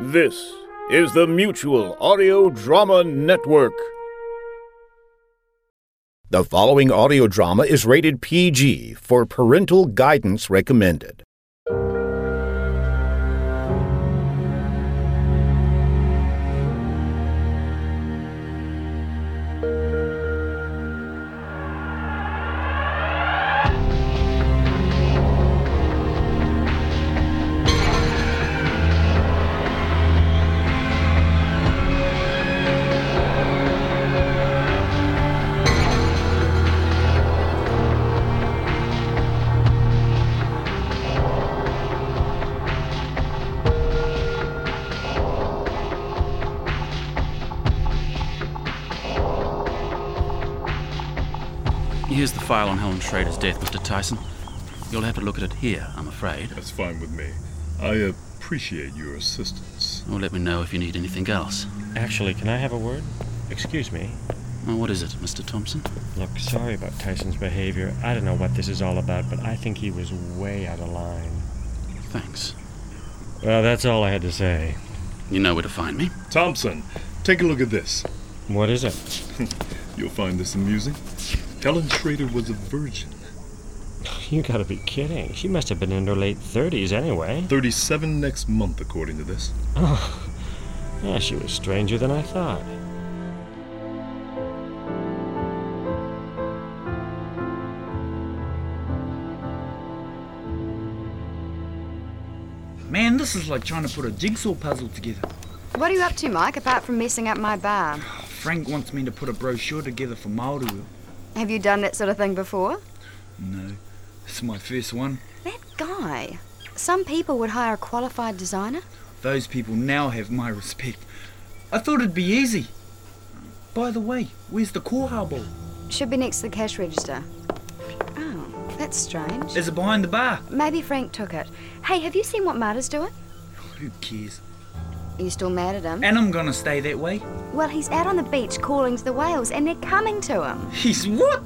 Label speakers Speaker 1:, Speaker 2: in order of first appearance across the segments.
Speaker 1: This is the Mutual Audio Drama Network. The following audio drama is rated PG for parental guidance recommended.
Speaker 2: Here's the file on Helen Schrader's death, Mr. Tyson. You'll have to look at it here, I'm afraid.
Speaker 3: That's fine with me. I appreciate your assistance.
Speaker 2: Or let me know if you need anything else.
Speaker 4: Actually, can I have a word? Excuse me.
Speaker 2: Well, what is it, Mr. Thompson?
Speaker 4: Look, sorry about Tyson's behavior. I don't know what this is all about, but I think he was way out of line.
Speaker 2: Thanks.
Speaker 4: Well, that's all I had to say.
Speaker 2: You know where to find me.
Speaker 3: Thompson, take a look at this.
Speaker 4: What is it?
Speaker 3: You'll find this amusing. Helen Schrader was a virgin
Speaker 4: You gotta be kidding. She must have been in her late 30s anyway.
Speaker 3: 37 next month, according to this.
Speaker 4: Oh, yeah, she was stranger than I thought.
Speaker 5: Man, this is like trying to put a jigsaw puzzle together.
Speaker 6: What are you up to, Mike, apart from messing up my bar?
Speaker 5: Frank wants me to put a brochure together for Māori.
Speaker 6: Have you done that sort of thing before?
Speaker 5: No, this is my first one.
Speaker 6: That guy. Some people would hire a qualified designer.
Speaker 5: Those people now have my respect. I thought it'd be easy. By the way, where's the koha ball?
Speaker 6: Should be next to the cash register. Oh, that's strange.
Speaker 5: Is it behind the bar?
Speaker 6: Maybe Frank took it. Hey, have you seen what Marta's doing?
Speaker 5: Who cares?
Speaker 6: Are you still mad at him?
Speaker 5: And I'm gonna stay that way.
Speaker 6: Well, he's out on the beach calling to the whales, and they're coming to him.
Speaker 5: He's what?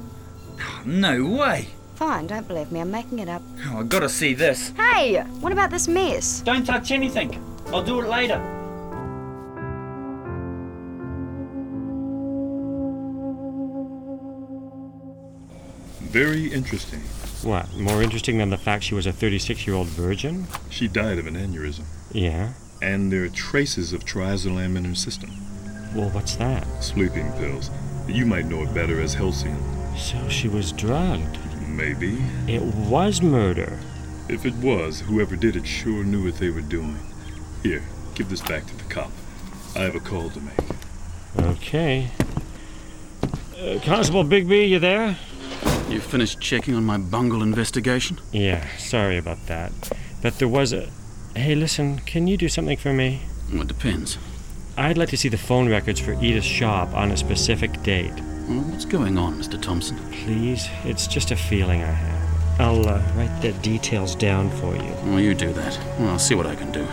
Speaker 5: No way.
Speaker 6: Fine, don't believe me. I'm making it up.
Speaker 5: Oh, I gotta see this.
Speaker 6: Hey, what about this mess?
Speaker 5: Don't touch anything. I'll do it later.
Speaker 3: Very interesting.
Speaker 4: What, more interesting than the fact she was a 36 year old virgin?
Speaker 3: She died of an aneurysm,
Speaker 4: Yeah.
Speaker 3: and there are traces of triazolam in her system.
Speaker 4: Well, what's that?
Speaker 3: Sleeping pills. You might know it better as Halcyon.
Speaker 4: So she was drugged.
Speaker 3: Maybe.
Speaker 4: It was murder.
Speaker 3: If it was, whoever did it sure knew what they were doing. Here, give this back to the cop. I have a call to make.
Speaker 4: Okay. Uh, Constable Bigby, you there?
Speaker 2: You finished checking on my bungle investigation?
Speaker 4: Yeah, sorry about that. But there was a. Hey, listen, can you do something for me?
Speaker 2: Well, it depends.
Speaker 4: I'd like to see the phone records for Edith's shop on a specific date.
Speaker 2: Well, Mm, what's going on, Mr. Thompson?
Speaker 4: Please, it's just a feeling I have. I'll uh, write the details down for you.
Speaker 2: Well, you do that. Well, I'll see what I can do.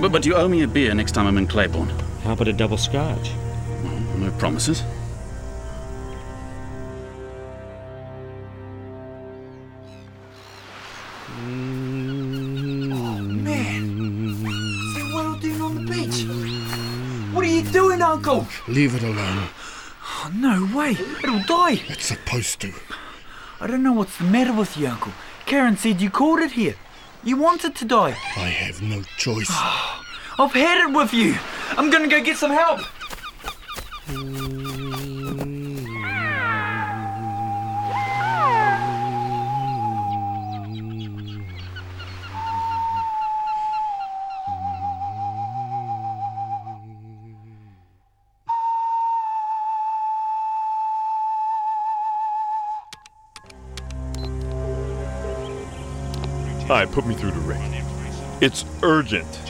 Speaker 2: But, but you owe me a beer next time I'm in Claiborne.
Speaker 4: How about a double scotch?
Speaker 2: Well, Mm, no promises.
Speaker 7: Mm.
Speaker 8: Man, they're doing on the beach. What are you doing, Uncle?
Speaker 7: Leave it alone.
Speaker 8: Oh, no way. It'll die.
Speaker 7: It's supposed to.
Speaker 8: I don't know what's the matter with you, Uncle. Karen said you caught it here. You want it to die.
Speaker 7: I have no choice.
Speaker 8: I've had it with you. I'm gonna go get some help.
Speaker 3: Hi, put me through to Rick. It's urgent.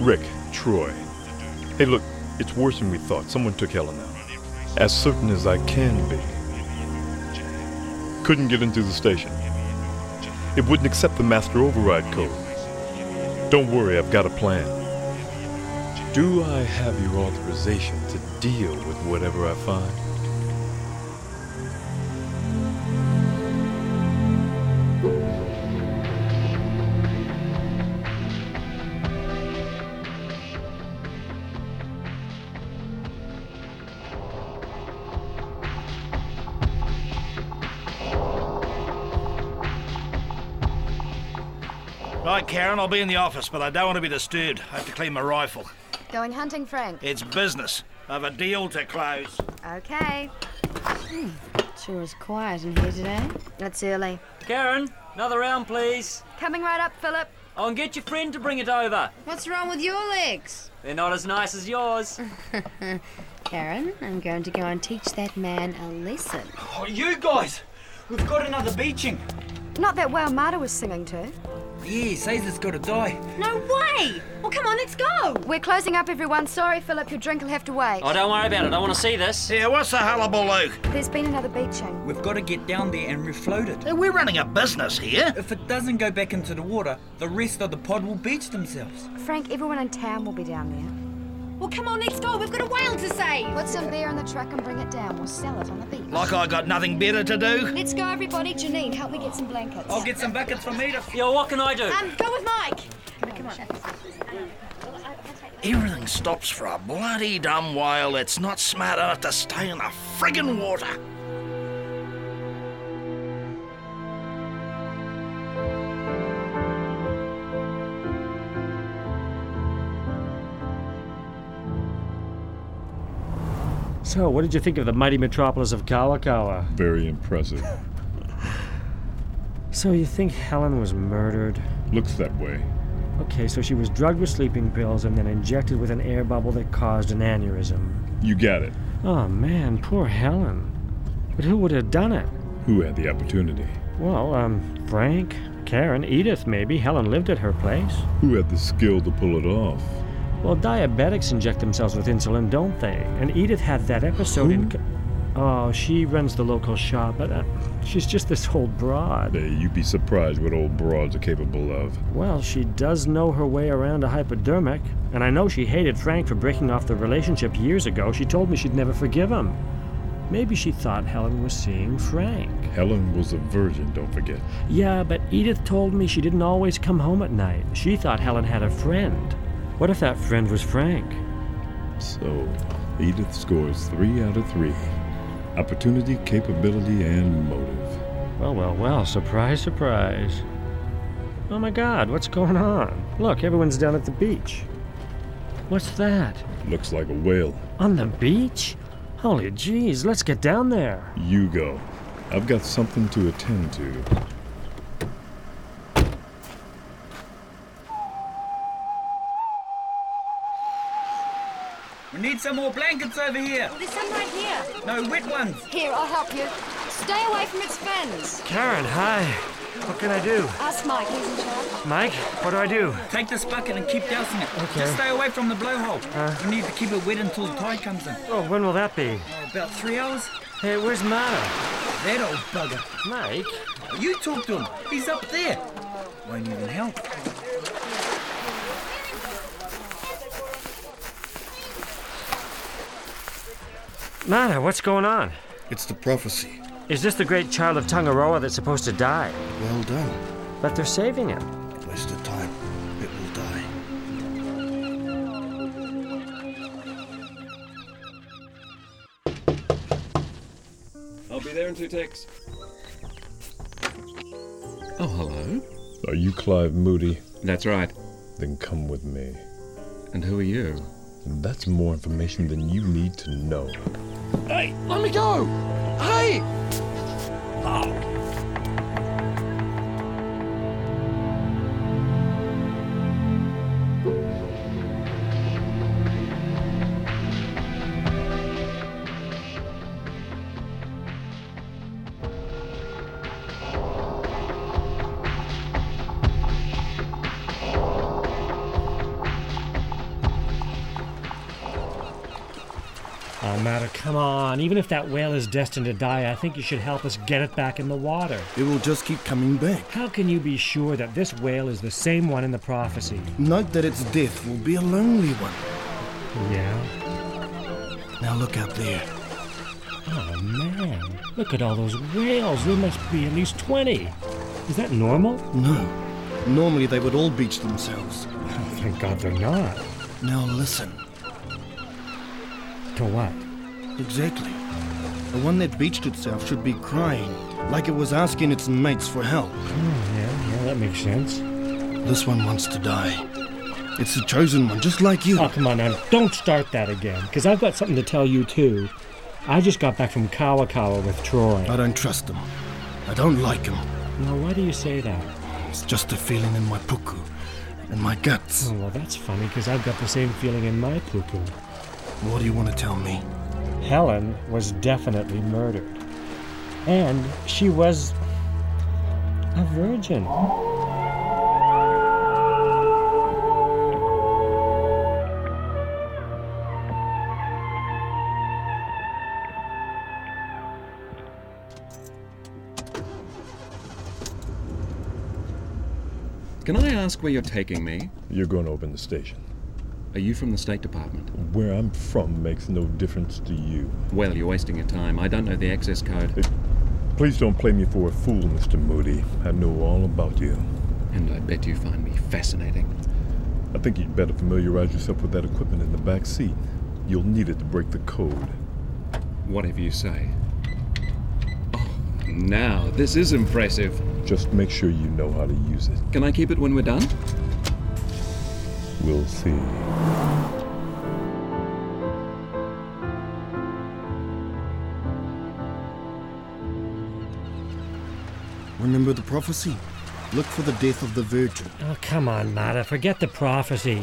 Speaker 3: Rick, Troy. Hey, look, it's worse than we thought. Someone took Helen out. As certain as I can be. Couldn't get into the station. It wouldn't accept the master override code. Don't worry, I've got a plan. Do I have your authorization to deal with whatever I find?
Speaker 9: Right, Karen, I'll be in the office, but I don't want to be disturbed. I have to clean my rifle.
Speaker 6: Going hunting, Frank.
Speaker 9: It's business. I've a deal to close.
Speaker 6: Okay. Hmm, Sure is quiet in here today. That's early.
Speaker 10: Karen, another round, please.
Speaker 6: Coming right up, Philip.
Speaker 10: Oh, and get your friend to bring it over.
Speaker 6: What's wrong with your legs?
Speaker 10: They're not as nice as yours.
Speaker 6: Karen, I'm going to go and teach that man a lesson.
Speaker 8: Oh, you guys! We've got another beaching.
Speaker 6: Not that well Marta was singing to.
Speaker 8: Yeah, says it's got to die.
Speaker 11: No way! Well, come on, let's go!
Speaker 6: We're closing up, everyone. Sorry, Philip, your drink will have to wait.
Speaker 10: Oh, don't worry about it. I want to see this.
Speaker 9: Yeah, what's the hullabaloo?
Speaker 6: There's been another beaching.
Speaker 5: We've got to get down there and refloat it.
Speaker 9: Hey, we're running a business here.
Speaker 5: If it doesn't go back into the water, the rest of the pod will beach themselves.
Speaker 6: Frank, everyone in town will be down there.
Speaker 11: Well, come on, let's go! We've got a whale to save!
Speaker 6: Put some beer in the truck and bring it down. We'll sell it on the beach.
Speaker 9: Like I got nothing better to do.
Speaker 6: Let's go, everybody. Janine, help me get some blankets.
Speaker 5: I'll get some buckets from me to.
Speaker 10: Yo, what can I Oh, do?
Speaker 11: Um, go with Mike!
Speaker 9: Everything stops for a bloody dumb whale that's not smart enough to stay in the friggin' water.
Speaker 4: So, what did you think of the mighty metropolis of Kawakawa?
Speaker 3: Very impressive.
Speaker 4: So, you think Helen was murdered?
Speaker 3: Looks that way.
Speaker 4: Okay, so she was drugged with sleeping pills and then injected with an air bubble that caused an aneurysm.
Speaker 3: You got it.
Speaker 4: Oh man, poor Helen. But who would have done it?
Speaker 3: Who had the opportunity?
Speaker 4: Well, um, Frank, Karen, Edith, maybe. Helen lived at her place.
Speaker 3: Who had the skill to pull it off?
Speaker 4: Well, diabetics inject themselves with insulin, don't they? And Edith had that episode in. Ca- Oh, she runs the local shop, but uh, she's just this old broad.
Speaker 3: Hey, you'd be surprised what old broads are capable of.
Speaker 4: Well, she does know her way around a hypodermic, and I know she hated Frank for breaking off the relationship years ago. She told me she'd never forgive him. Maybe she thought Helen was seeing Frank.
Speaker 3: Helen was a virgin, don't forget.
Speaker 4: Yeah, but Edith told me she didn't always come home at night. She thought Helen had a friend. What if that friend was Frank?
Speaker 3: So, Edith scores three out of three opportunity, capability, and motive.
Speaker 4: Well, well, well, surprise, surprise. Oh my god, what's going on? Look, everyone's down at the beach. What's that?
Speaker 3: Looks like a whale.
Speaker 4: On the beach? Holy jeez, let's get down there.
Speaker 3: You go. I've got something to attend to.
Speaker 5: We need some more blankets over here.
Speaker 11: There's some right here.
Speaker 5: No wet ones.
Speaker 6: Here, I'll help you. Stay away from its fins.
Speaker 4: Karen, hi. What can I do?
Speaker 6: Ask Mike, he's in charge.
Speaker 4: Mike, what do I do?
Speaker 5: Take this bucket and keep dousing it. Just stay away from the blowhole.
Speaker 4: Uh.
Speaker 5: we need to keep it wet until the tide comes in.
Speaker 4: Oh, when will that be?
Speaker 5: Oh, about three hours?
Speaker 4: Hey, where's Marta?
Speaker 5: That old bugger.
Speaker 4: Mike?
Speaker 5: You talk to him. He's up there. Won't even help.
Speaker 4: Marta, what's going on?
Speaker 7: It's the prophecy.
Speaker 4: Is this the great child of Tangaroa that's supposed to die?
Speaker 7: Well done.
Speaker 4: But they're saving him.
Speaker 7: Waste of time. It will die.
Speaker 12: I'll be there in two ticks.
Speaker 13: Oh, hello.
Speaker 3: Are you Clive Moody?
Speaker 13: That's right.
Speaker 3: Then come with me.
Speaker 13: And who are you?
Speaker 3: That's more information than you need to know.
Speaker 13: Hey, let me go! Hey!
Speaker 4: Oh, Marta, come on. Even if that whale is destined to die, I think you should help us get it back in the water.
Speaker 7: It will just keep coming back.
Speaker 4: How can you be sure that this whale is the same one in the prophecy?
Speaker 7: Note that its death will be a lonely one.
Speaker 4: Yeah.
Speaker 7: Now look up there.
Speaker 4: Oh, man. Look at all those whales. There must be at least 20. Is that normal?
Speaker 7: No. Normally they would all beach themselves.
Speaker 4: Oh, thank God they're not.
Speaker 7: Now listen.
Speaker 4: To what?
Speaker 7: Exactly. The one that beached itself should be crying, like it was asking its mates for help.
Speaker 4: Oh, yeah, yeah, that makes sense.
Speaker 7: This one wants to die. It's the chosen one, just like you.
Speaker 4: Oh, come on now. Don't start that again, because I've got something to tell you, too. I just got back from Kawakawa with Troy.
Speaker 7: I don't trust him. I don't like him.
Speaker 4: Now, why do you say that?
Speaker 7: It's just a feeling in my puku, in my guts.
Speaker 4: Oh, well, that's funny, because I've got the same feeling in my puku.
Speaker 7: What do you want to tell me?
Speaker 4: Helen was definitely murdered. And she was a virgin. Oh,
Speaker 13: Can I ask where you're taking me?
Speaker 3: You're going over in the station.
Speaker 13: Are you from the State Department?
Speaker 3: Where I'm from makes no difference to you.
Speaker 13: Well, you're wasting your time. I don't know the access code.
Speaker 3: Please don't play me for a fool, Mr. Moody. I know all about you.
Speaker 13: And I bet you find me fascinating.
Speaker 3: I think you'd better familiarize yourself with that equipment in the back seat. You'll need it to break the code.
Speaker 13: Whatever you say. Oh, now, this is impressive.
Speaker 3: Just make sure you know how to use it.
Speaker 13: Can I keep it when we're done?
Speaker 3: We'll see.
Speaker 7: Remember the prophecy? Look for the death of the virgin.
Speaker 4: Oh, come on, Mata. Forget the prophecy.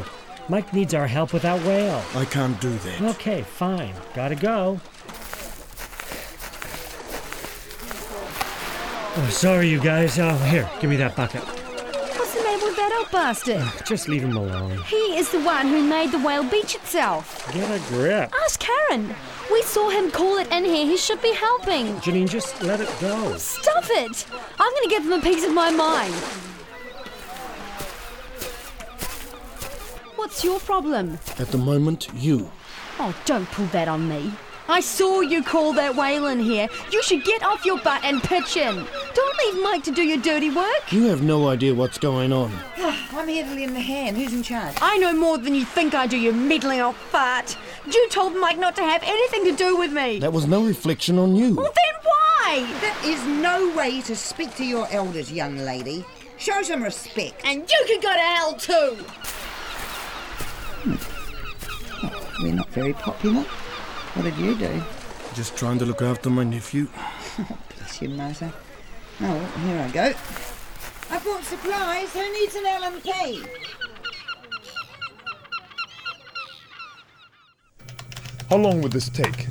Speaker 4: Mike needs our help with that whale.
Speaker 7: I can't do that.
Speaker 4: Okay, fine. Gotta go. Oh, sorry, you guys. Oh, here, give me that bucket.
Speaker 11: What's the name of that old bastard?
Speaker 4: Just leave him alone.
Speaker 11: He is the one who made the whale beach itself.
Speaker 4: Get a grip.
Speaker 11: Ask Karen. We saw him call it in here. He should be helping.
Speaker 4: Janine, just let it go.
Speaker 11: Stop it! I'm going to give him a piece of my mind. What's your problem?
Speaker 7: At the moment, you.
Speaker 11: Oh, don't pull that on me. I saw you call that whale in here. You should get off your butt and pitch in. Don't leave Mike to do your dirty work.
Speaker 7: You have no idea what's going on.
Speaker 14: I'm here to lend a hand. Who's in charge?
Speaker 11: I know more than you think I do, you meddling old fart. You told Mike not to have anything to do with me.
Speaker 7: That was no reflection on you.
Speaker 11: Well, then why?
Speaker 14: That is no way to speak to your elders, young lady. Show some respect.
Speaker 11: And you can go to hell too.
Speaker 14: We're not very popular. What did you do?
Speaker 7: Just trying to look after my nephew.
Speaker 14: Bless you, Mother. Oh, here I go. I've got supplies. Who needs an LMP?
Speaker 3: How long would this take?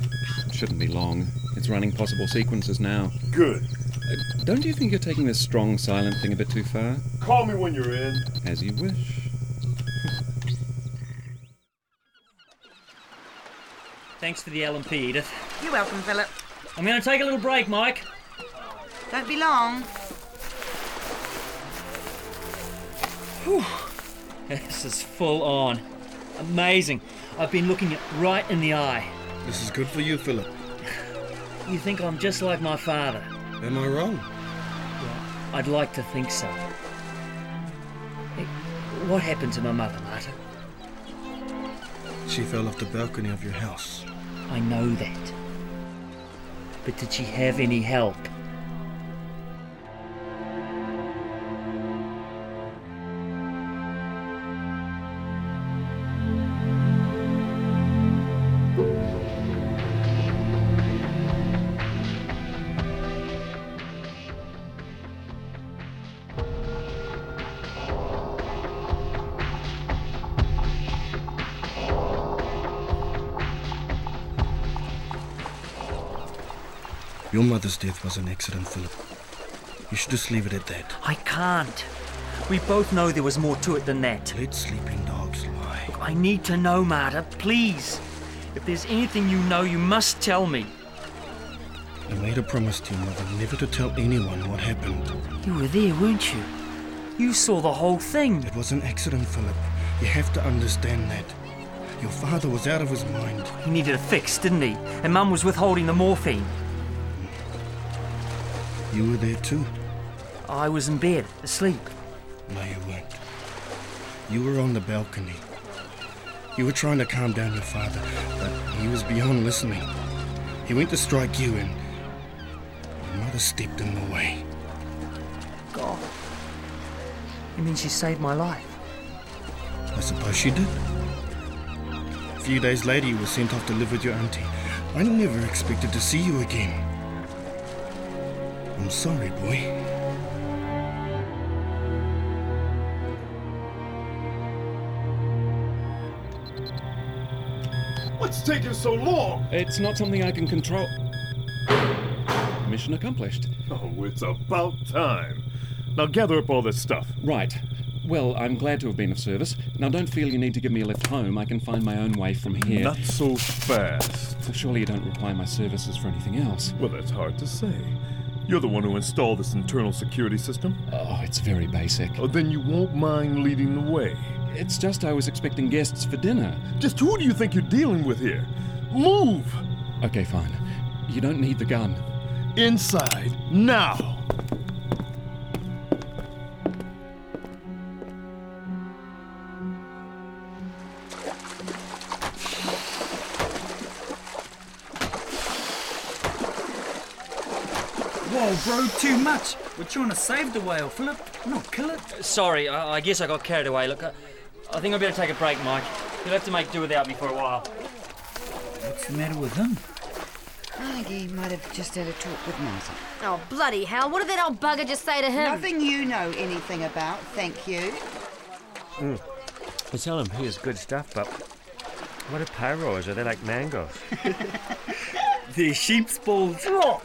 Speaker 13: Shouldn't be long. It's running possible sequences now.
Speaker 3: Good.
Speaker 13: Uh, don't you think you're taking this strong silent thing a bit too far?
Speaker 3: Call me when you're in.
Speaker 13: As you wish.
Speaker 10: Thanks for the LMP, Edith.
Speaker 14: You're welcome, Philip.
Speaker 10: I'm going to take a little break, Mike.
Speaker 14: Don't be long.
Speaker 10: Whew. This is full on. Amazing. I've been looking it right in the eye.
Speaker 7: This is good for you, Philip.
Speaker 10: You think I'm just like my father?
Speaker 7: Am I wrong?
Speaker 10: I'd like to think so. Hey, what happened to my mother, Marta?
Speaker 7: She fell off the balcony of your house.
Speaker 10: I know that. But did she have any help?
Speaker 7: Your mother's death was an accident, Philip. You should just leave it at that.
Speaker 10: I can't. We both know there was more to it than that.
Speaker 7: Let sleeping dogs lie.
Speaker 10: Look, I need to know, Marta, please. If there's anything you know, you must tell me.
Speaker 7: You made a promise to your mother never to tell anyone what happened.
Speaker 10: You were there, weren't you? You saw the whole thing.
Speaker 7: It was an accident, Philip. You have to understand that. Your father was out of his mind.
Speaker 10: He needed a fix, didn't he? And Mum was withholding the morphine.
Speaker 7: You were there too.
Speaker 10: I was in bed, asleep.
Speaker 7: No, you weren't. You were on the balcony. You were trying to calm down your father, but he was beyond listening. He went to strike you, and your mother stepped in the way.
Speaker 10: God.
Speaker 15: You mean she saved my life?
Speaker 7: I suppose she did. A few days later, you were sent off to live with your auntie. I never expected to see you again. I'm sorry, boy.
Speaker 12: What's taking so long?
Speaker 13: It's not something I can control. Mission accomplished.
Speaker 3: Oh, it's about time. Now gather up all this stuff.
Speaker 13: Right. Well, I'm glad to have been of service. Now, don't feel you need to give me a lift home. I can find my own way from here.
Speaker 3: Not so fast.
Speaker 13: Well, surely you don't require my services for anything else.
Speaker 3: Well, that's hard to say. You're the one who installed this internal security system.
Speaker 13: Oh, it's very basic.
Speaker 3: Oh, then you won't mind leading the way.
Speaker 13: It's just I was expecting guests for dinner.
Speaker 3: Just who do you think you're dealing with here? Move!
Speaker 13: Okay, fine. You don't need the gun.
Speaker 3: Inside, now!
Speaker 5: Whoa, bro, too much. We're trying to save the whale, Philip, not kill it.
Speaker 10: Uh, Sorry, I, I guess I got carried away. Look, I, I think I better take a break, Mike. You'll have to make do without me for a while.
Speaker 5: What's the matter with him?
Speaker 14: I think he might have just had a talk with Martin.
Speaker 11: Oh, bloody hell. What did that old bugger just say to him?
Speaker 14: Nothing you know anything about, thank you.
Speaker 4: Mm. I tell him he is good stuff, but what are pyros? Are they like mangoes?
Speaker 10: They're sheep's balls.
Speaker 6: Oh,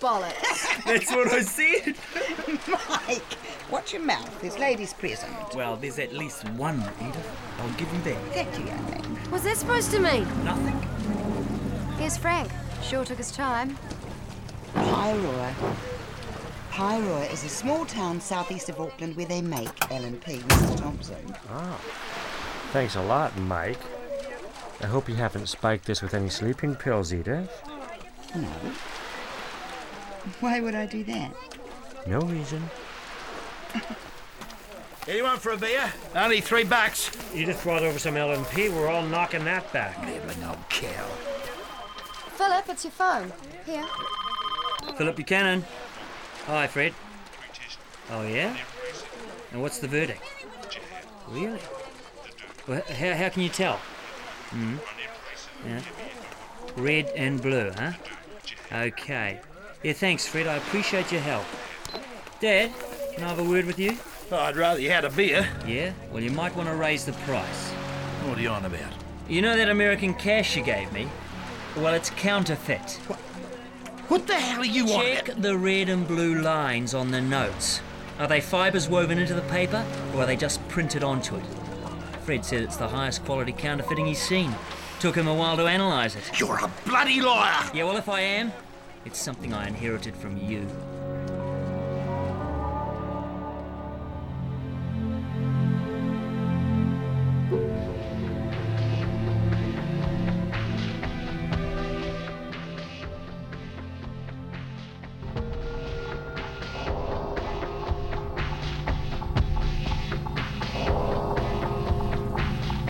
Speaker 6: bollocks!
Speaker 10: That's what I said.
Speaker 14: Mike, watch your mouth. There's ladies present.
Speaker 5: Well, there's at least one, Edith. I'll give you that.
Speaker 14: Thank you, young man.
Speaker 6: What's that supposed to mean?
Speaker 5: Nothing.
Speaker 6: Here's Frank. Sure took his time.
Speaker 14: Pyroa. Pyroa is a small town southeast of Auckland where they make L&P, Mr Thompson.
Speaker 4: Ah. Thanks a lot, Mike. I hope you haven't spiked this with any sleeping pills, Edith.
Speaker 14: No.
Speaker 10: Hmm.
Speaker 14: Why would I do that?
Speaker 4: No reason.
Speaker 10: Anyone for a beer? Only three bucks.
Speaker 4: Edith brought over some L&P. We're all knocking that back.
Speaker 10: Nibbling old cow.
Speaker 6: Philip, it's your phone. Here.
Speaker 10: Philip Buchanan. Hi, Fred. Oh, yeah? And what's the verdict? Really? Well, how, how can you tell? Hmm. Yeah. Red and blue, huh? Okay. Yeah, thanks, Fred. I appreciate your help. Dad, can I have a word with you?
Speaker 9: Oh, I'd rather you had a beer.
Speaker 10: Yeah? Well, you might want to raise the price.
Speaker 9: What are you on about?
Speaker 10: You know that American cash you gave me? Well, it's counterfeit.
Speaker 9: What, what the hell are you
Speaker 10: Check
Speaker 9: on?
Speaker 10: Check the red and blue lines on the notes. Are they fibres woven into the paper, or are they just printed onto it? Fred said it's the highest quality counterfeiting he's seen. Took him a while to analyse it.
Speaker 9: You're a bloody liar!
Speaker 10: Yeah, well, if I am, it's something I inherited from you.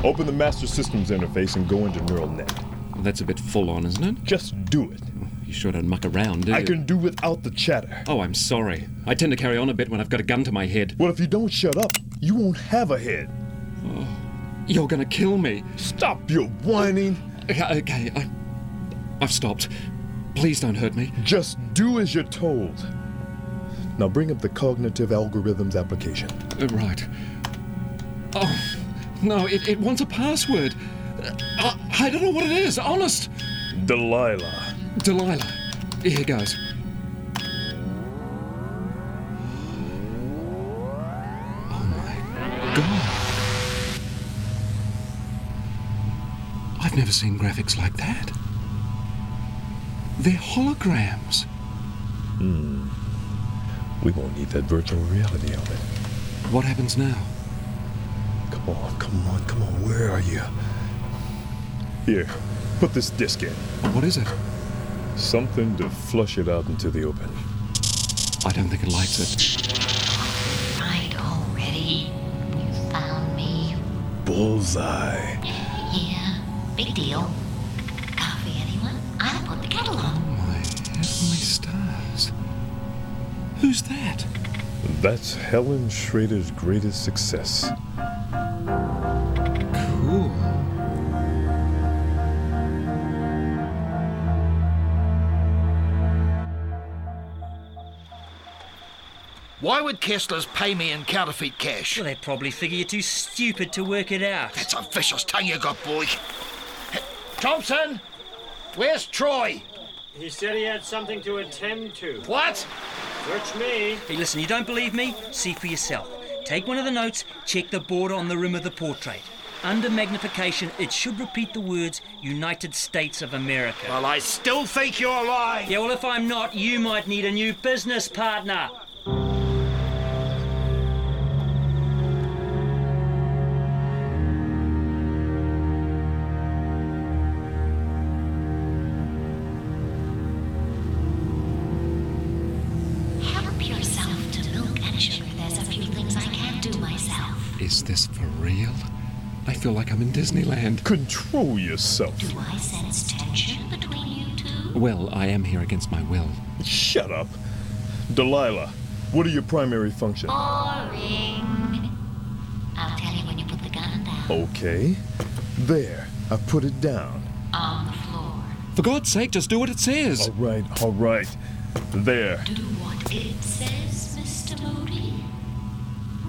Speaker 3: Open the master systems interface and go into neural net.
Speaker 13: Well, that's a bit full on, isn't it?
Speaker 3: Just do it.
Speaker 13: You sure don't muck around, do you?
Speaker 3: I can do without the chatter.
Speaker 13: Oh, I'm sorry. I tend to carry on a bit when I've got a gun to my head.
Speaker 3: Well, if you don't shut up, you won't have a head.
Speaker 13: Oh, you're gonna kill me.
Speaker 3: Stop your whining.
Speaker 13: Okay, okay I, I've stopped. Please don't hurt me.
Speaker 3: Just do as you're told. Now bring up the cognitive algorithms application.
Speaker 13: Uh, right. Oh. No, it, it wants a password. I, I don't know what it is, honest.
Speaker 3: Delilah.
Speaker 13: Delilah. Here goes. Oh my god. I've never seen graphics like that. They're holograms.
Speaker 3: Hmm. We won't need that virtual reality of it.
Speaker 13: What happens now?
Speaker 3: Come on, come on, come on. Where are you? Here, put this disc in.
Speaker 13: What is it?
Speaker 3: Something to flush it out into the open.
Speaker 13: I don't think it likes it.
Speaker 16: Right already. You found me.
Speaker 3: Bullseye.
Speaker 16: Yeah, big deal. Coffee, anyone? I'll put the kettle on.
Speaker 13: My heavenly stars. Who's that?
Speaker 3: That's Helen Schrader's greatest success.
Speaker 13: Cool.
Speaker 9: Why would Kesslers pay me in counterfeit cash?
Speaker 10: Well, they probably figure you're too stupid to work it out.
Speaker 9: That's a vicious tongue you got, boy. Thompson, where's Troy?
Speaker 4: He said he had something to attend to.
Speaker 9: What?
Speaker 4: Search me.
Speaker 10: Hey, listen, you don't believe me? See for yourself. Take one of the notes, check the border on the rim of the portrait. Under magnification, it should repeat the words United States of America.
Speaker 9: Well, I still think you're lying.
Speaker 10: Yeah, well, if I'm not, you might need a new business partner.
Speaker 16: Help yourself to milk and sugar. There's a few things I can't do myself.
Speaker 13: Is this for real? I feel like I'm in Disneyland.
Speaker 3: Control yourself.
Speaker 16: Do I sense tension between you two?
Speaker 13: Well, I am here against my will.
Speaker 3: Shut up. Delilah, what are your primary functions?
Speaker 16: Boring. I'll tell you when you put the gun down
Speaker 3: Okay. There, I put it down.
Speaker 16: on the floor.
Speaker 13: For God's sake, just do what it says.
Speaker 3: All right, all right. There.
Speaker 16: Do what it says, Mr. Moody.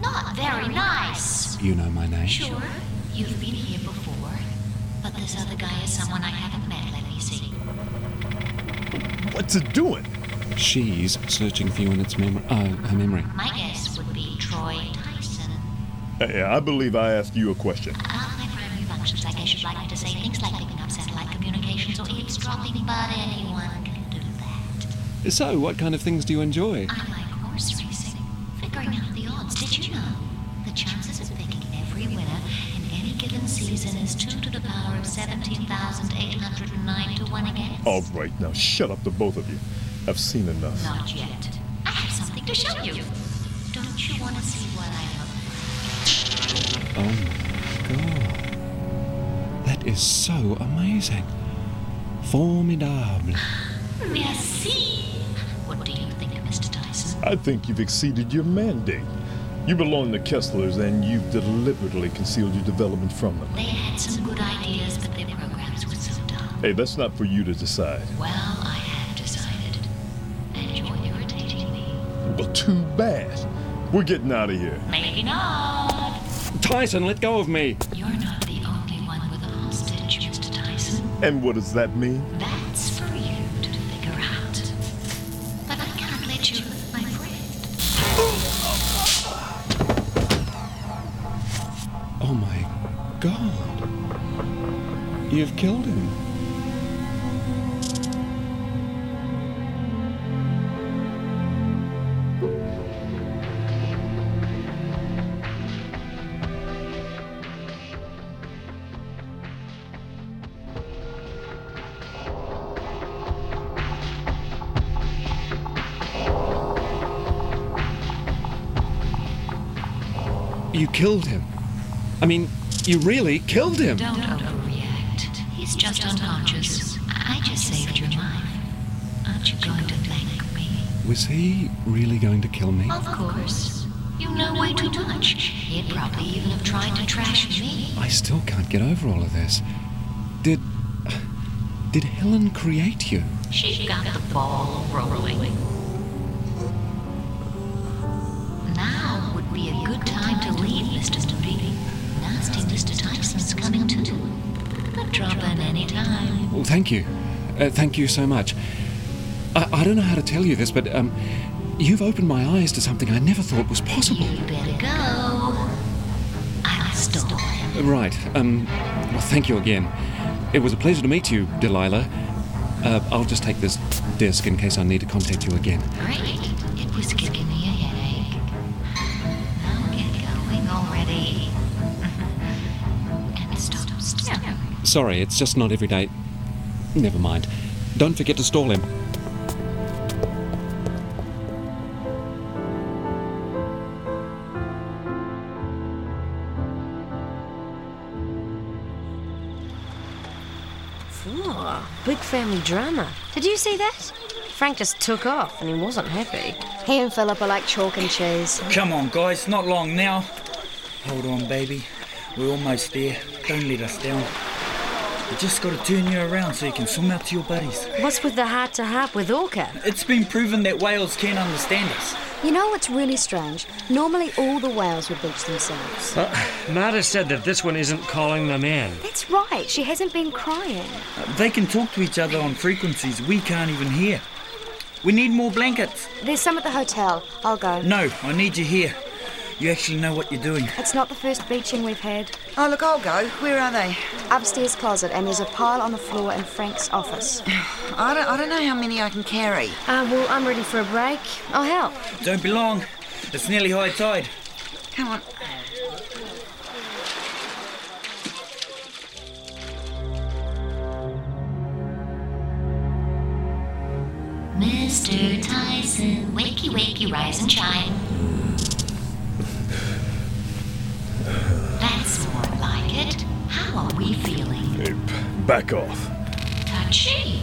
Speaker 16: Not very nice.
Speaker 13: You know my name.
Speaker 16: Sure, you've been here before, but this other guy is someone I haven't met. Let me see.
Speaker 3: What's it doing?
Speaker 13: She's searching for you in its memory. Oh, her memory.
Speaker 16: My guess would be Troy Tyson.
Speaker 3: Hey, I believe I asked you a question.
Speaker 16: Ah, my primary functions. I guess you'd like me to say things like picking up satellite communications or eavesdropping, but anyone can do that.
Speaker 13: So, what kind of things do you enjoy?
Speaker 16: I like horse racing. Figuring out the odds. Did you know? The chances of picking every winner in any given season is 2 to the power of 17,809 to 1 again?
Speaker 3: All right, now shut up, the both of you. I've seen enough.
Speaker 16: Not yet. I have something to show you. Don't you want to see what I
Speaker 13: Oh my god. That is so amazing. Formidable.
Speaker 16: have? Merci. What do you think, Mr. Tyson?
Speaker 3: I think you've exceeded your mandate. You belong to Kessler's, and you've deliberately concealed your development from them.
Speaker 16: They had some good ideas, but their programs were so dull.
Speaker 3: Hey, that's not for you to decide.
Speaker 16: Well, I have decided. And you're irritating me.
Speaker 3: Well, too bad. We're getting out of here.
Speaker 16: Maybe not.
Speaker 13: Tyson, let go of me.
Speaker 16: You're not the only one with a hostage, Mr. Tyson.
Speaker 3: And what does that mean?
Speaker 16: That's for you to figure out. But I can't let you hurt my friend.
Speaker 13: Oh my god. You've killed him. You killed him. I mean, you really killed him.
Speaker 16: Don't overreact. He's just unconscious. I just saved your life. Aren't you going to thank me?
Speaker 13: Was he really going to kill me?
Speaker 16: Of course. You know way too much. He'd probably even have tried to trash me.
Speaker 13: I still can't get over all of this. Did. Did Helen create you?
Speaker 16: She got the ball rolling. Now would be a good time to leave, Mr. Dupree. Nasty Mr. Tyson's coming too. But drop in any time.
Speaker 13: Well, thank you. Uh, thank you so much. I, I don't know how to tell you this, but um, you've opened my eyes to something I never thought was possible.
Speaker 16: Better go. I stole him.
Speaker 13: Right. Um, well, thank you again. It was a pleasure to meet you, Delilah. Uh, I'll just take this disc in case I need to contact you again.
Speaker 16: Great. It was giving me a headache. Now get going already. and stop staring.
Speaker 13: Sorry, it's just not every day. Never mind. Don't forget to stall him.
Speaker 15: Ooh, big family drama.
Speaker 6: Did you see that?
Speaker 15: Frank just took off and he wasn't happy.
Speaker 6: He and Philip are like chalk and cheese.
Speaker 5: Come on, guys, not long now. Hold on, baby. We're almost there. Don't let us down. You just gotta turn you around so you can swim out to your buddies.
Speaker 15: What's with the heart to heart with Orca?
Speaker 5: It's been proven that whales can understand us.
Speaker 6: You know what's really strange? Normally all the whales would beach themselves.
Speaker 4: Uh, Marta said that this one isn't calling them in.
Speaker 6: That's right, she hasn't been crying.
Speaker 5: Uh, They can talk to each other on frequencies we can't even hear. We need more blankets.
Speaker 6: There's some at the hotel. I'll go.
Speaker 5: No, I need you here. You actually know what you're doing.
Speaker 6: It's not the first beaching we've had.
Speaker 14: Oh, look, I'll go. Where are they?
Speaker 6: Upstairs closet, and there's a pile on the floor in Frank's office.
Speaker 14: I don't, I don't know how many I can carry.
Speaker 15: Uh, well, I'm ready for a break. I'll help.
Speaker 5: Don't be long. It's nearly high tide.
Speaker 14: Come on.
Speaker 16: Mr. Tyson, wakey wakey, rise and shine. That's more like it. How are we feeling?
Speaker 3: Hey, p- back off.
Speaker 16: Touchy.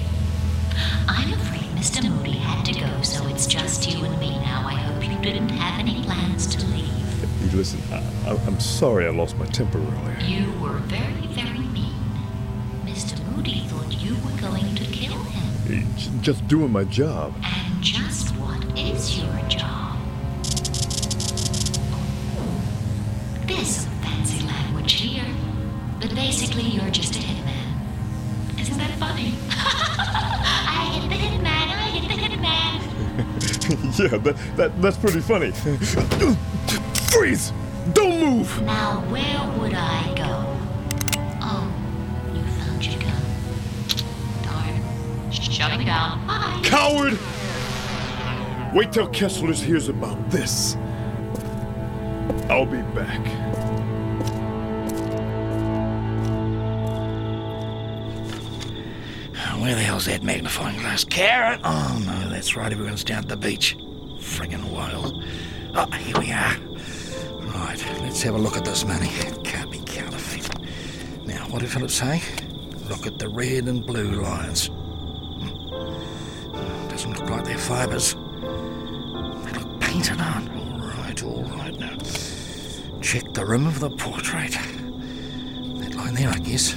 Speaker 16: I'm afraid Mr. Moody had to go, so it's just you and me now. I hope you didn't have any plans to leave.
Speaker 3: Hey, listen, I, I, I'm sorry I lost my temper earlier.
Speaker 16: You were very, very mean. Mr. Moody thought you were going to kill him.
Speaker 3: Hey, j- just doing my job.
Speaker 16: And just what is your job? Ooh, There's some fancy language here. But basically, you're just a hitman. Isn't that funny? I hit the hitman, I hit the hitman.
Speaker 3: yeah, that, that that's pretty funny. Freeze! Don't move!
Speaker 16: Now, where would I go? Oh, you found your gun. Darn. Shutting down. Bye.
Speaker 3: Coward! Wait till Kessler hears about this. I'll be back.
Speaker 9: Where the hell's that magnifying glass? Carrot! Oh no, that's right, everyone's down at the beach. Friggin' wild. Oh, here we are. Right, let's have a look at this money. It can't be counterfeit. Now, what did Philip say? Look at the red and blue lines. Hmm. Doesn't look like they're fibres. They look painted on. Alright, alright now. Check the rim of the portrait. That line there, I guess.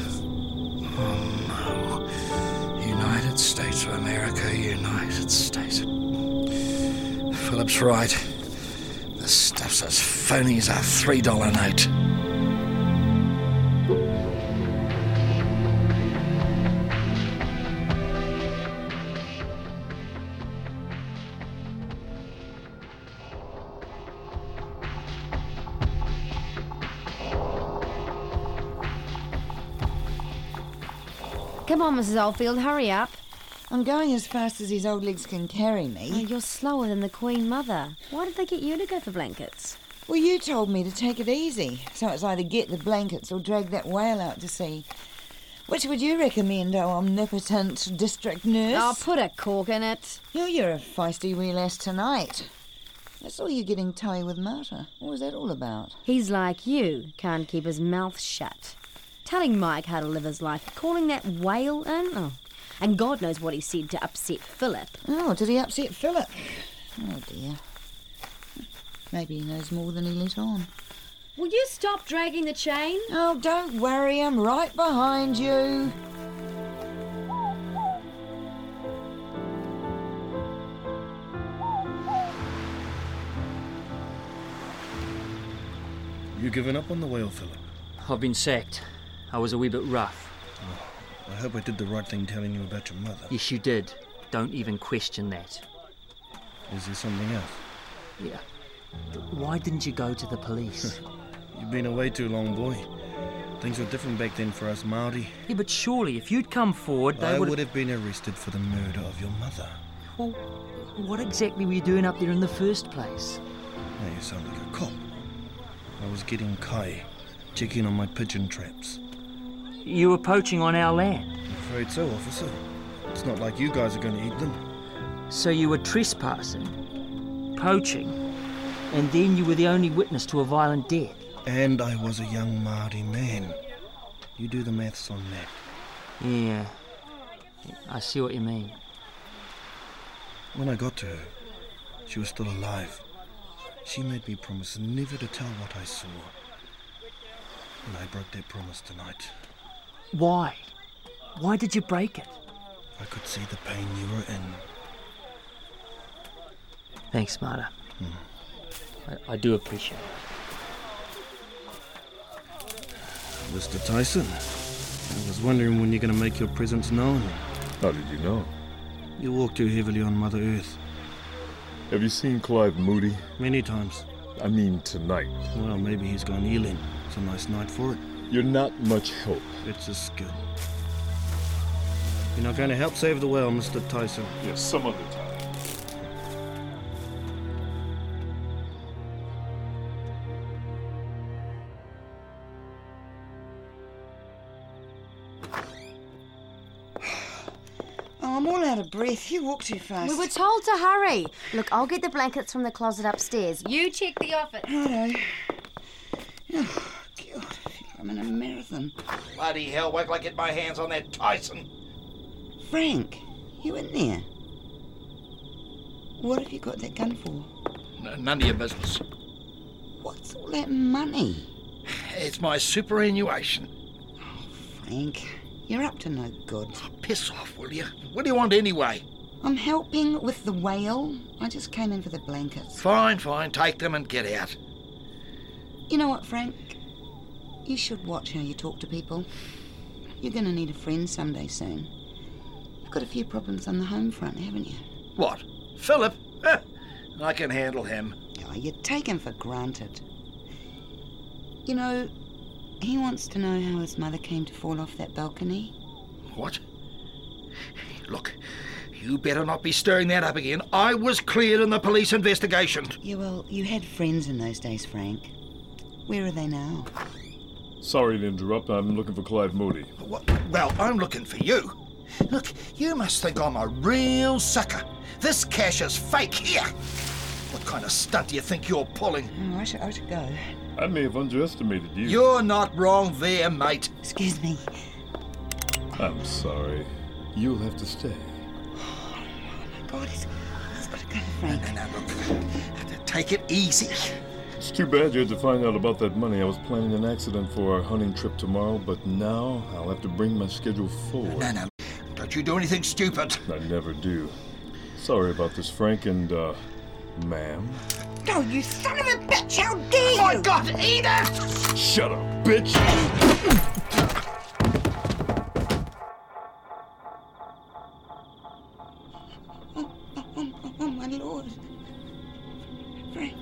Speaker 9: Oh, United States of America, United States. Philip's right. The stuff's as phony as a $3 note.
Speaker 15: Come on, Mrs. Oldfield, hurry up.
Speaker 14: I'm going as fast as these old legs can carry me.
Speaker 15: Oh, you're slower than the Queen Mother. Why did they get you to go for blankets?
Speaker 14: Well, you told me to take it easy, so it's either get the blankets or drag that whale out to sea. Which would you recommend, oh omnipotent district nurse?
Speaker 15: Oh, put a cork in it.
Speaker 14: Oh, you're a feisty wee lass tonight. I saw you getting tow with Marta. What was that all about?
Speaker 15: He's like you, can't keep his mouth shut. Telling Mike how to live his life, calling that whale in? Oh. And God knows what he said to upset Philip.
Speaker 14: Oh, did he upset Philip? Oh dear. Maybe he knows more than he let on.
Speaker 15: Will you stop dragging the chain?
Speaker 14: Oh, don't worry, I'm right behind you.
Speaker 7: You given up on the whale, Philip?
Speaker 10: I've been sacked. I was a wee bit rough.
Speaker 7: I hope I did the right thing telling you about your mother.
Speaker 10: Yes, you did. Don't even question that.
Speaker 7: Is there something else?
Speaker 10: Yeah. Why didn't you go to the police?
Speaker 7: You've been away too long, boy. Things were different back then for us Maori.
Speaker 10: yeah, but surely if you'd come forward, they
Speaker 7: I
Speaker 10: would
Speaker 7: would have been arrested for the murder of your mother.
Speaker 10: Well, what exactly were you doing up there in the first place?
Speaker 7: Now you sound like a cop. I was getting kai, checking on my pigeon traps.
Speaker 10: You were poaching on our land,
Speaker 7: I'm afraid so, officer. It's not like you guys are going to eat them.
Speaker 10: so you were trespassing, poaching, and then you were the only witness to a violent death.
Speaker 7: And I was a young Maori man. You do the maths on that.
Speaker 10: Yeah, I see what you mean.
Speaker 7: When I got to her, she was still alive. She made me promise never to tell what I saw. And I broke that promise tonight.
Speaker 17: Why? Why did you break it?
Speaker 7: I could see the pain you were in.
Speaker 17: Thanks, Marta.
Speaker 7: Hmm.
Speaker 17: I, I do appreciate it.
Speaker 7: Mr. Tyson, I was wondering when you're going to make your presence known.
Speaker 3: How did you know?
Speaker 7: You walk too heavily on Mother Earth.
Speaker 3: Have you seen Clive Moody?
Speaker 7: Many times.
Speaker 3: I mean, tonight.
Speaker 7: Well, maybe he's gone healing. It's a nice night for it.
Speaker 3: You're not much help.
Speaker 7: It's a skill. You're not going to help save the whale, Mr. Tyson.
Speaker 3: Yes, some other time.
Speaker 14: Oh, I'm all out of breath. You walk too fast.
Speaker 15: We were told to hurry. Look, I'll get the blankets from the closet upstairs. You check the office.
Speaker 14: Righto. Oh, I'm in a marathon.
Speaker 9: Bloody hell, wait till I get my hands on that Tyson.
Speaker 14: Frank, you in there? What have you got that gun for?
Speaker 9: N- none of your business.
Speaker 14: What's all that money?
Speaker 9: It's my superannuation.
Speaker 14: Frank, you're up to no good.
Speaker 9: Oh, piss off, will you? What do you want anyway?
Speaker 14: I'm helping with the whale. I just came in for the blankets.
Speaker 9: Fine, fine, take them and get out.
Speaker 14: You know what, Frank? You should watch how you talk to people. You're going to need a friend someday soon. You've got a few problems on the home front, haven't you?
Speaker 9: What? Philip? Huh, I can handle him.
Speaker 14: Oh, you take him for granted. You know, he wants to know how his mother came to fall off that balcony.
Speaker 9: What? Look, you better not be stirring that up again. I was cleared in the police investigation.
Speaker 14: Yeah, well, you had friends in those days, Frank. Where are they now?
Speaker 3: Sorry to interrupt. I'm looking for Clive Moody.
Speaker 9: What? Well, I'm looking for you. Look, you must think I'm a real sucker. This cash is fake here. What kind of stunt do you think you're pulling?
Speaker 14: Oh, I, should, I should go.
Speaker 3: I may have underestimated you.
Speaker 9: You're not wrong there, mate.
Speaker 14: Excuse me.
Speaker 3: I'm sorry. You'll have to stay.
Speaker 14: God, he's, he's got to go,
Speaker 9: No,
Speaker 14: Frank.
Speaker 9: no, no, look. Take it easy.
Speaker 3: It's too bad you had to find out about that money. I was planning an accident for our hunting trip tomorrow, but now I'll have to bring my schedule forward.
Speaker 9: No, no. Don't you do anything stupid.
Speaker 3: I never do. Sorry about this, Frank, and, uh, ma'am.
Speaker 14: No, you son of a bitch! How dare you? Oh my
Speaker 9: God, Edith!
Speaker 3: Shut up, bitch!
Speaker 14: Oh, oh, my lord. Frank.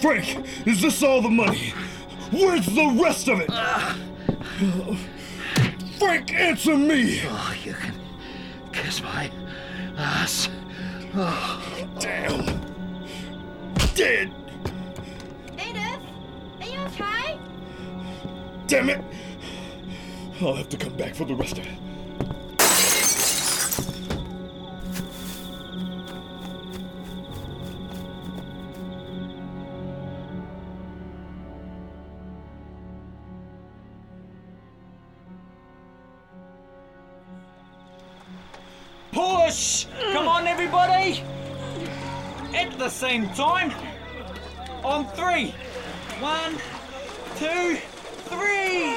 Speaker 12: Frank, is this all the money? Where's the rest of it?
Speaker 9: Ah.
Speaker 12: Frank, answer me!
Speaker 9: Oh, you can kiss my ass. Oh.
Speaker 12: Damn! Dead!
Speaker 16: Edith, are you okay?
Speaker 12: Damn it! I'll have to come back for the rest of it.
Speaker 5: Push! Come on, everybody! At the same time. On three. One, two, three!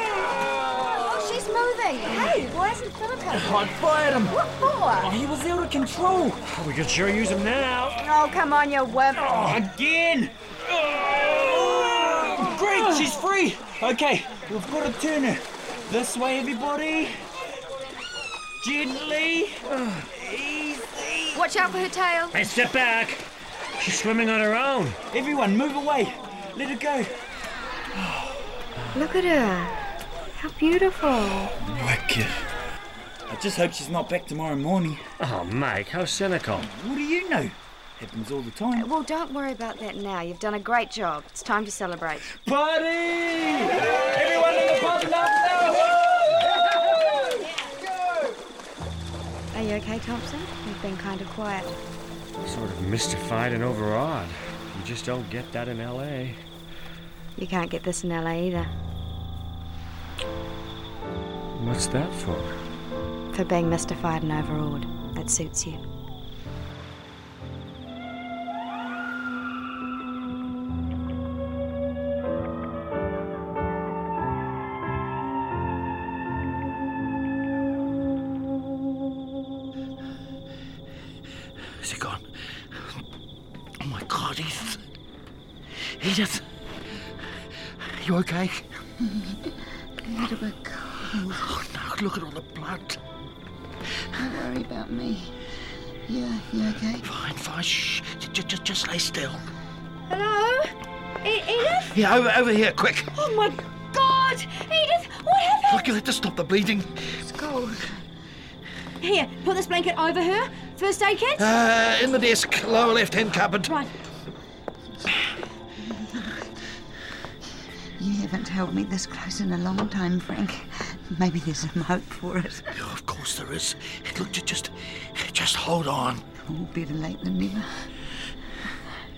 Speaker 6: Oh, she's moving. Hey, why isn't Philip
Speaker 5: I fired him.
Speaker 6: What for?
Speaker 5: Oh, He was out of control.
Speaker 4: We could sure use him now.
Speaker 6: Oh, come on, you wimp.
Speaker 5: Again! Oh, Great, she's free! Okay, we've got to turn her. This way, everybody. Gently.
Speaker 6: Watch out for her tail.
Speaker 4: Hey, step back. She's swimming on her own.
Speaker 5: Everyone, move away. Let her go.
Speaker 6: Look at her. How beautiful.
Speaker 5: Wicked. I just hope she's not back tomorrow morning.
Speaker 4: Oh, mate, how cynical.
Speaker 5: What do you know? Happens all the time.
Speaker 6: Uh, Well, don't worry about that now. You've done a great job. It's time to celebrate.
Speaker 5: Party! Everyone in the pub now!
Speaker 6: Are you okay, Thompson? You've been kind of quiet.
Speaker 4: Sort of mystified and overawed. You just don't get that in LA.
Speaker 6: You can't get this in LA either.
Speaker 4: What's that for?
Speaker 6: For being mystified and overawed. That suits you.
Speaker 9: Is he gone? Oh my god, he's. He just. You okay?
Speaker 14: A little bit cold.
Speaker 9: Oh no, look at all the blood.
Speaker 14: Don't worry about me. Yeah, you okay?
Speaker 9: Fine, fine. Shh. Just, just, just lay still.
Speaker 11: Hello? E- Edith?
Speaker 9: Yeah, over, over here, quick.
Speaker 11: Oh my god! Edith, what happened?
Speaker 9: Look, you'll have to stop the bleeding.
Speaker 14: It's cold.
Speaker 18: Here, put this blanket over her. First aid kit?
Speaker 9: Uh, in the desk, lower left hand cupboard.
Speaker 18: Right.
Speaker 14: You haven't held me this close in a long time, Frank. Maybe there's some hope for it.
Speaker 9: Yeah, Oh, of course there is. Look, ju- just, just hold on.
Speaker 14: Oh, better late than never.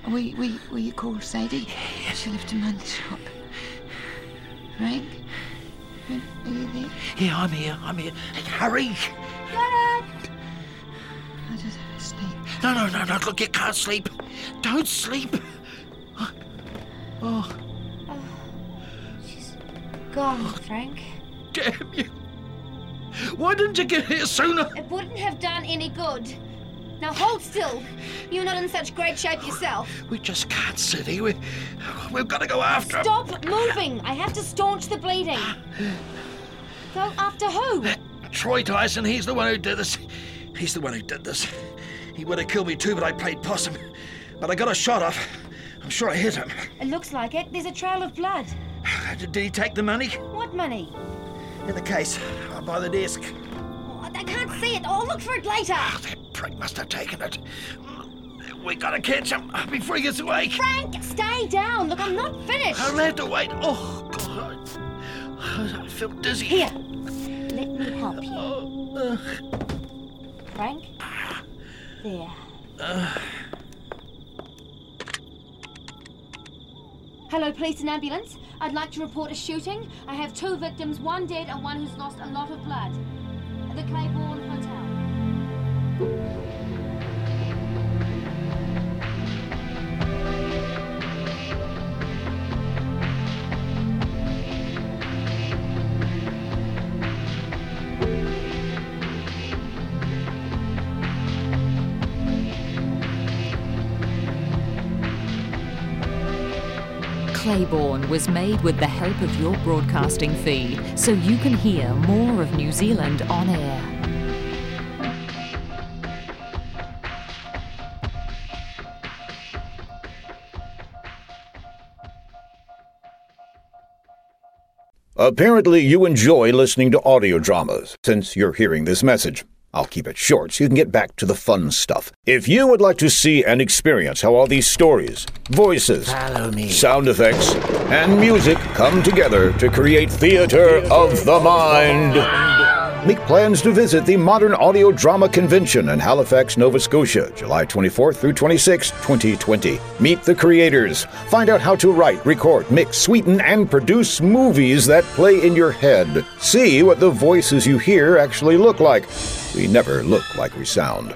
Speaker 14: Will, you- will, you- will you call Sadie? She left him in the shop. Frank? Frank, are you there?
Speaker 9: Yeah, I'm here. I'm here. Hey, hurry!
Speaker 14: I just have to sleep.
Speaker 9: No, no, no, no. Look, you can't sleep. Don't sleep.
Speaker 11: Oh. She's gone, Frank.
Speaker 9: Oh. Damn you. Why didn't you get here sooner?
Speaker 11: It wouldn't have done any good. Now hold still. You're not in such great shape yourself.
Speaker 9: We just can't sit here. We, we've got to go after him.
Speaker 11: Stop moving. I have to staunch the bleeding. Go after who?
Speaker 9: Troy Tyson, he's the one who did this. He's the one who did this. He would have killed me too, but I played possum. But I got a shot off. I'm sure I hit him.
Speaker 11: It looks like it. There's a trail of blood.
Speaker 9: Did did he take the money?
Speaker 11: What money?
Speaker 9: In the case, uh, by the desk.
Speaker 11: Oh, I can't see it. I'll look for it later.
Speaker 9: Prick must have taken it. Mm, We gotta catch him uh, before he gets away.
Speaker 11: Frank, stay down. Look, I'm not finished.
Speaker 9: I'll have to wait. Oh, God. I feel dizzy. Oh,
Speaker 11: Here. Let me help you. Frank? There. Hello, police and ambulance. I'd like to report a shooting. I have two victims, one dead and one who's lost a lot of blood. At the Claiborne Hotel.
Speaker 19: Claiborne was made with the help of your broadcasting fee, so you can hear more of New Zealand on air.
Speaker 1: Apparently, you enjoy listening to audio dramas since you're hearing this message. I'll keep it short so you can get back to the fun stuff. If you would like to see and experience how all these stories, voices, sound effects, and music come together to create theater of the mind, make plans to visit the Modern Audio Drama Convention in Halifax, Nova Scotia, July 24th through 26, 2020. Meet the creators. Find out how to write, record, mix, sweeten, and produce movies that play in your head. See what the voices you hear actually look like. We never look like we sound.